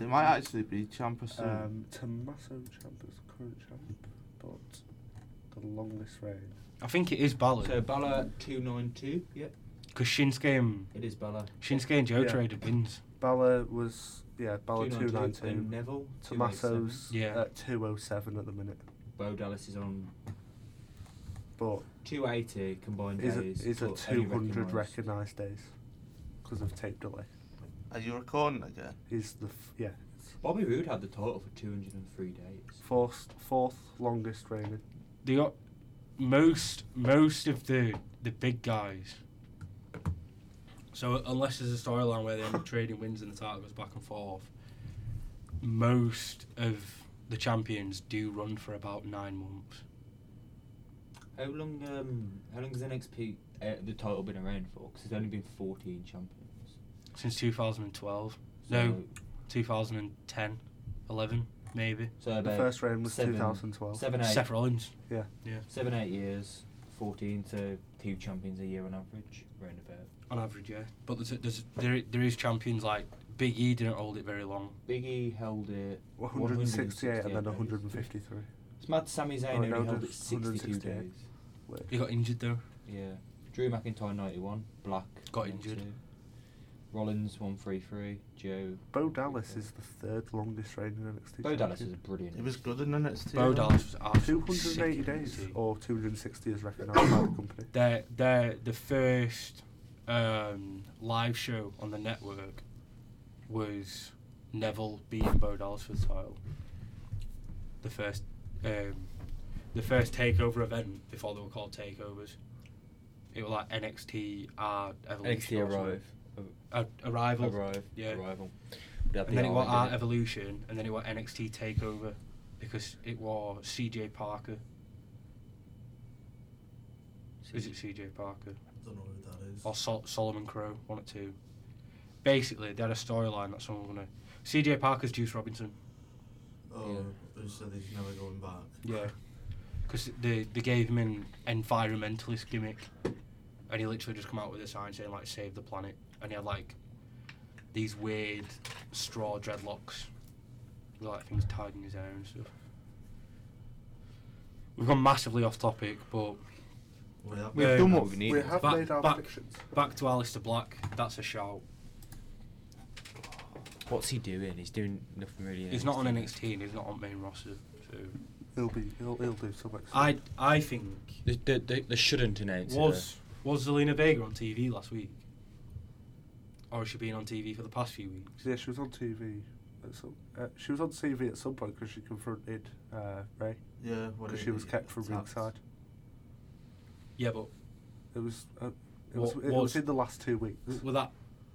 It might actually be Champa soon.
Um, Tommaso Ciampa's current champ, but the longest reign.
I think it is Balor.
Bala two nine two. Yep,
Because Shinsuke and,
it is Bala.
Shinsuke and Joe
Yeah.
traded wins.
Balor was yeah Balor two nine
292, and
two.
Neville,
Tommaso's
287. Yeah.
at two oh seven at the minute,
Bo Dallas is on
but
280 combined
is a,
days.
is at
but only
two hundred
recognised.
recognised days because of tape delay.
Are you recording again?
Is the f- yeah it's
Bobby Roode had the total for 203 days.
fourth fourth longest reigning.
They got most most of the the big guys. So unless there's a storyline where they end up trading wins and the title goes back and forth, most of the champions do run for about nine months.
How long? Um, how long has NXT uh, the title been around for? Because there's only been 14 champions.
Since 2012, no, 2010, 11 maybe.
So
The
about
first reign was
seven-
2012.
Seven, eight,
Seth Rollins.
Yeah.
Yeah,
seven, eight years. 14 to two champions a year on average, round about.
on average, yeah. But there's, there's there there is champions like Big E didn't hold it very long.
Biggie held it.
168 and then
168 days.
153.
It's mad Sami Zayn
Oh,
only
no,
held it
there's
62
168.
days.
Weird.
He got injured though.
Yeah. Drew McIntyre 91, Black.
Got injured.
92. Rollins 133, Joe.
Bo Dallas is the third longest reigning NXT.
Bo Dallas is
champion.
brilliant.
He was good in NXT.
Bo
though.
Dallas was absolutely
280
sick in
days
NXT.
or 260 is recognised by the company.
They're they're the first um, live show on the network was Neville beating Bo Dallas for the title. The first um, the first takeover event before they were called takeovers. It was like NXT uh, Evolution.
NXT
or something.
arrive.
Uh, arrival.
Arrive.
Yeah.
Arrival.
And then it was Art Evolution, and then it was NXT Takeover, because it was CJ Parker. Is it CJ Parker
I don't know who that is.
or Sol- Solomon Crow? One or two. Basically, they had a storyline that someone was gonna. CJ Parker's Juice Robinson.
Oh, who said he's never going back?
Yeah. Because they they gave him an environmentalist gimmick, and he literally just come out with a sign saying like "Save the planet," and he had like these weird straw dreadlocks, with, like things tied in his hair and stuff. We've gone massively off topic, but
We have
We've
been-
done
what we need.
We have
Back-
made our
back-
predictions.
back to Alistair Black. That's a shout.
What's he doing? He's doing nothing really. in
He's not on NXT and he's not on main roster, so
He'll be. He'll, he'll do something.
I I think
They, they, they, they shouldn't announce
was was Zelina Vega on TV last week, or has she been on TV for the past few weeks?
Yeah, she was on TV. At some, uh, she was on TV at some point because she confronted uh, Ray
Yeah, what
because
did
she was
he-
kept from
attacked?
ringside.
Yeah, but
It was. Uh, it was,
What-
it
what-
was in the last two weeks.
W- Were that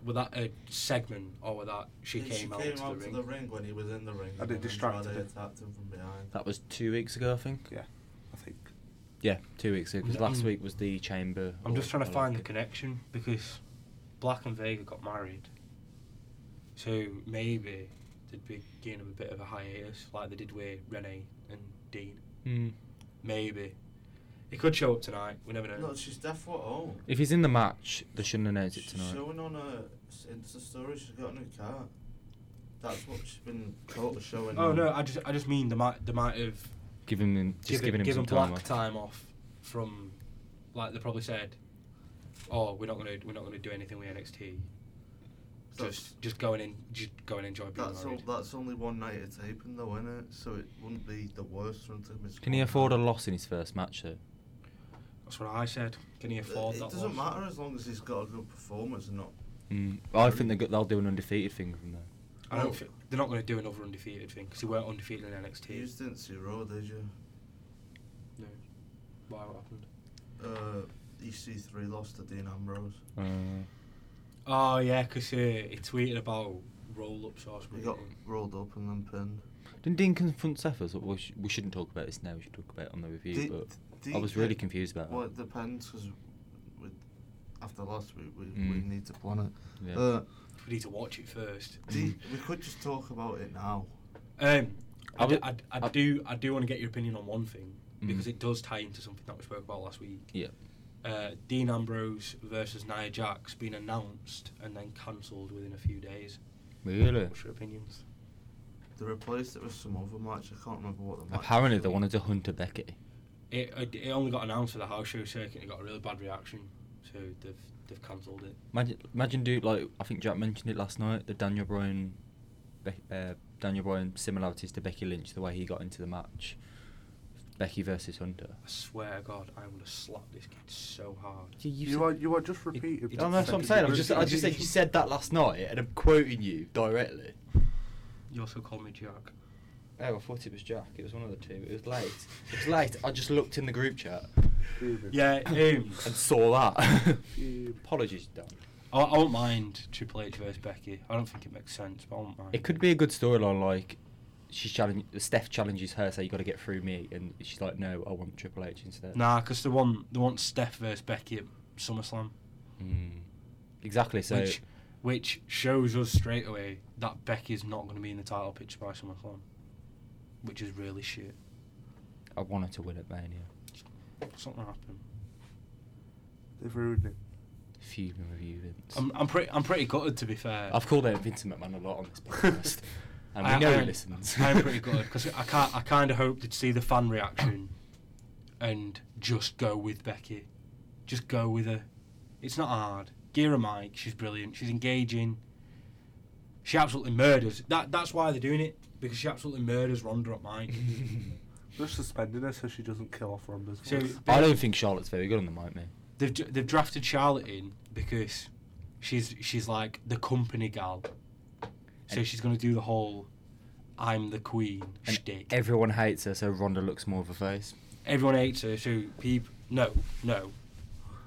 were that a segment or were that she
Yeah,
came out
came
to
out
the
to
ring?
the ring when he was in the ring.
And it
then
distracted
Andrade
him.
attacked him from behind.
That was two weeks ago, I think.
Yeah, I think.
Yeah, two weeks ago. 'cause
Mm.
last week was the chamber.
I'm just
Oh,
trying to find the
connection.
connection because Black and Vega got married, so maybe they'd be getting a bit
Hmm.
Hmm. of a hiatus like they did with Renee and Dean.
Mm.
Maybe He could show up tonight. We never know.
No, she's deaf. What? Oh,
If he's in the match, they shouldn't announce it
she's
tonight.
showing on her s- Insta story. She's got a new car. That's what she's been caught showing.
oh
on.
no, I just I just mean they might they might have
Give him just
given,
giving him
given
some time.
Black
off.
time off from like they probably said. Oh, we're not gonna we're not gonna do anything with NXT.
That's-
Just just go and in, just go and enjoy being
That's all,
married.
that's only one night it's taping though, innit? So it wouldn't be the worst for him to miss.
Can he afford a loss in his first match though?
That's what I said. Can he
It,
afford
it
that?
doesn't
loss?
matter as long as he's got a good performance and not.
Mm. I think they go- they'll do an undefeated thing from there.
I don't.
Well-
thi- they're not going to do another undefeated thing because they weren't undefeated in
You
NXT.
just didn't see Raw, did you?
No. Why? What happened?
Uh, EC3 lost to Dean Ambrose.
Uh,
Oh yeah, because uh, he tweeted about roll up sauce.
He got rolled up and then pinned.
didn't Dean confront Seth? as well? We, sh- we shouldn't talk about this now. We should talk about it on the review.
Did-
but
did
I
he
was really
get-
confused about
Well,
that.
it depends because after last week we, we
Mm.
need to plan it.
Yeah.
Uh,
We need to watch it first.
do you- we could just talk about it now.
Um, I,
I
d-
would-
I d- I
I-
do I do want to get your opinion on one thing
Mm.
because it does tie into something that we spoke about last week.
yeah.
Uh, Dean Ambrose versus Nia Jax being announced and then cancelled within a few days.
Really?
What's your opinions?
They replaced it with some other match. I can't remember what the match.
Apparently
was.
they wanted to hunt a Becky.
It, it it only got announced for the house show circuit. and It got a really bad reaction, so they've they've cancelled it.
Imagine, imagine do like I think Jack mentioned it last night. The Daniel Bryan, Be- uh, Daniel Bryan similarities to Becky Lynch, the way he got into the match, Becky versus Hunter.
I swear to God, I'm gonna slap this kid so hard.
You,
You, are you are just repeating.
it- oh,
I know, that's what I'm saying. I'm just, I just said you said that last night, and I'm quoting you directly.
You also call me Jack.
Oh, I thought it was Jack. It was one of the two. It was late. It was late. I just looked in the group chat
Fuming.
Yeah, um,
and saw that.
Fuming.
Apologies, Dan.
I, I won't mind Triple H versus Becky. I don't think it makes sense, but I won't mind.
It could be a good storyline, like she's challenge Steph challenges her, so you got to get through me, and she's like, "No, I want Triple H instead."
Nah, because they want they want Steph versus Becky at SummerSlam,
Mm. Exactly. So
which which shows us straight away that Becky's not going to be in the title picture by SummerSlam, which is really shit.
I wanted to win at Mania.
It's not gonna happen.
They've ruined it.
Fuming with you, Vince.
I'm I'm pretty I'm pretty gutted to be fair.
I've called out Vince McMahon a lot on this podcast, and we
I-
know
I-
he listens.
I'm pretty gutted because I can't. I kind of hoped to see the fan reaction, and just go with Becky, just go with her. It's not hard. Gear a mic. She's brilliant. She's engaging. She absolutely murders. That that's why they're doing it because she absolutely murders Ronda at mic.
They're suspending her so she doesn't kill off Ronda's
So-
voice.
I don't think Charlotte's very good on the mic, mate.
they've dr- they've drafted Charlotte in because she's she's like the company gal, so
And-
she's gonna do the whole "I'm the queen"
And
shtick.
Everyone hates her, so Ronda looks more of a face.
Everyone hates her, so people. No, no.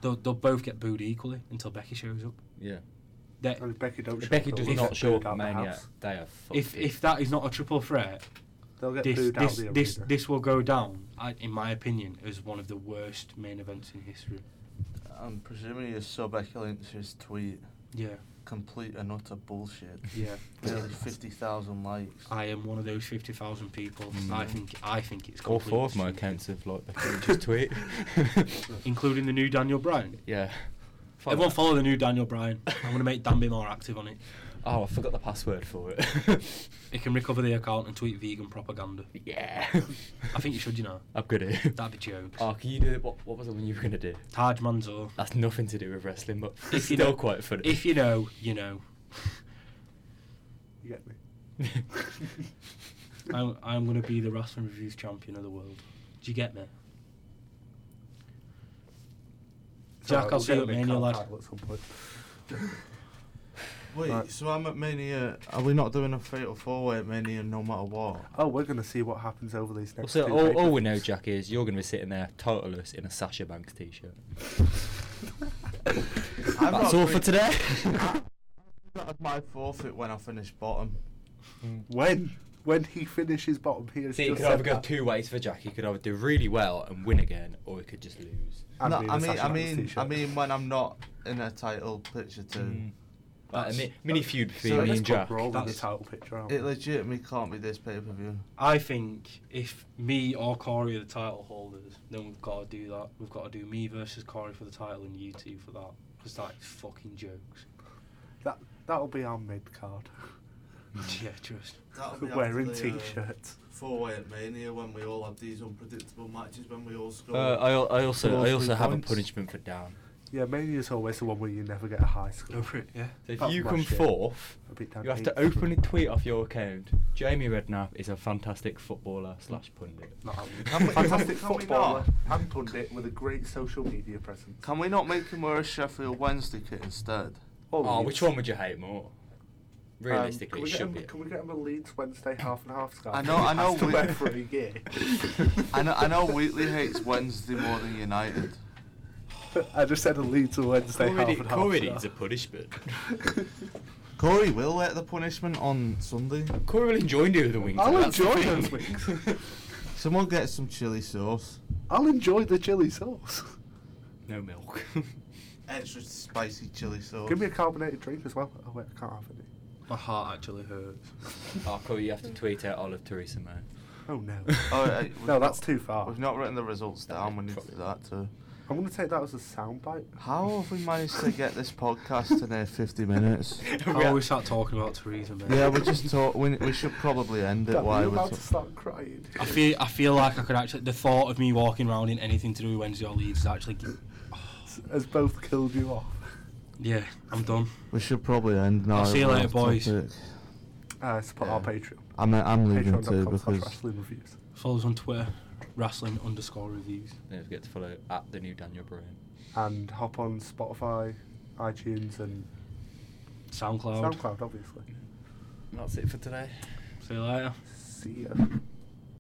They'll, they'll both get booed equally until Becky shows up.
Yeah.
That
And if Becky don't
If
show
Becky
up,
does
they'll
not
get
show
booed
up
out
at
the
Mania,
house.
they are fucked.
if if that is not a triple threat,
They'll get
this
booed out
this,
the
this
arena.
this will go down, I- in my opinion, as one of the worst main events in history.
I'm presuming you saw Becky Lynch's tweet.
Yeah,
Complete and utter bullshit.
yeah.
Nearly 50,000 likes.
I am one of those fifty thousand people.
Mm.
I think I think it's
all
completely
four of my
stupid.
accounts have like just tweet.
including the new Daniel Bryan.
yeah.
Everyone follow the new Daniel Bryan. I'm gonna make Danby more active on it.
Oh, I forgot the password for it.
He can recover the account and tweet vegan propaganda.
yeah.
I think you should, you know.
I'm good at it.
That'd be jokes.
Oh, can you do what? What was the one you were gonna do?
Taj Manzo.
That's nothing to do with wrestling, but it's
you
still
know-
quite funny.
If you know, you know.
You get me?
I'm, I'm going to be the wrestling reviews champion of the world. Do you get me? Jack, I'll see you at Mania, lad.
Wait,
Right.
so I'm at Mania. Are we not doing a fatal four way at Mania no matter what?
Oh, we're going to see what happens over these next
so
two
all, all we
pay-per-views.
know, Jack, is you're gonna be sitting there totalist in a Sasha Banks t-shirt.
I'm
That's
not
all
free-
for today.
That was my forfeit when I finished bottom.
When? When he finishes bottom, he has
See, you
just
could
said
either go
that.
two ways for Jack. You could either do really well and win again, or he could just lose.
And
no,
being a
I mean,
Sasha
I
Banks
mean, I
t-shirt. Mm.
Mm. mean when I'm not in a title picture too.
Like a mi-
That's-
mini feud between
so
me
let's
and
call
Jack.
Brawl in the
That's-
title picture. aren't
It
we?
legitimately can't be this pay per view.
I think if me or Corey are the title holders, then we've got to do that. We've got to do me versus Corey for the title and you two for that. Because that is fucking jokes.
That that'll be our mid card.
yeah, trust.
That'll be
Wearing
after the, uh,
t-shirts.
Four-way at Mania when we all had these unpredictable matches when we all scored.
Uh, I, al- I also
Score
I
three
also have a
points.
punishment for Dan.
Yeah, Mania's always the one where you never get a high score.
Go for it, yeah.
So if
That's
you
my
come
shit.
fourth,
I beat Dan
you have to
eighth.
open a tweet off your account. Jamie Redknapp is a fantastic footballer slash pundit.
Not how we-
Can we-
Fantastic
can we
footballer
not?
and pundit with a great social media presence.
Can we not make him wear a Sheffield Wednesday kit instead?
Oh,
Leeds.
which one would you hate more?
Um,
Realistically,
can,
it
we get
should
him,
be.
can we get him a Leeds Wednesday half and half scarf?
I know- I know
Has to
we-
wear free gear.
I know, I know Wheatley hates Wednesday more than United.
I just said a Leeds and Wednesday half and half.
Comedy's a
scarf.
punishment.
Corey will let the punishment on Sunday.
Corey will enjoy doing the wings.
I'll
that's the
enjoy
thing.
those wings.
Someone gets some chili sauce.
I'll enjoy the chili sauce.
no milk.
Extra spicy chili sauce.
Give me a carbonated drink as well. Oh wait, I can't have any.
My heart actually hurts.
oh, Corey, you have to tweet out Olive Theresa May.
Oh no.
Oh, uh, we've
no,
not-
that's too far.
We've not written the results
That
down.
is
We need to
probably-
do that too.
I'm gonna take that as a soundbite.
How have we managed to get this podcast to near 50 minutes?
I always start talking about Theresa, mate.
Yeah, we just talk. We, we should probably end it.
Dan,
Why
are you
we're
about
ta-
to start crying?
I feel I feel like I could actually. The thought of me walking around in anything to do with Wednesday or Leeds is actually. g-
Has both killed you off.
Yeah, I'm done.
We should probably end now.
I'll see you
we're
later,
off
boys.
topic.
Uh, support our
Yeah.
Patreon.
I'm I'm leaving too
Patreon.com slash
because
wrestling reviews.
Follow us on Twitter, wrestling underscore reviews.
Don't forget to follow at the new Daniel Bryan.
And hop on Spotify, iTunes, and
SoundCloud.
SoundCloud, obviously.
That's it for today.
See you later.
See ya.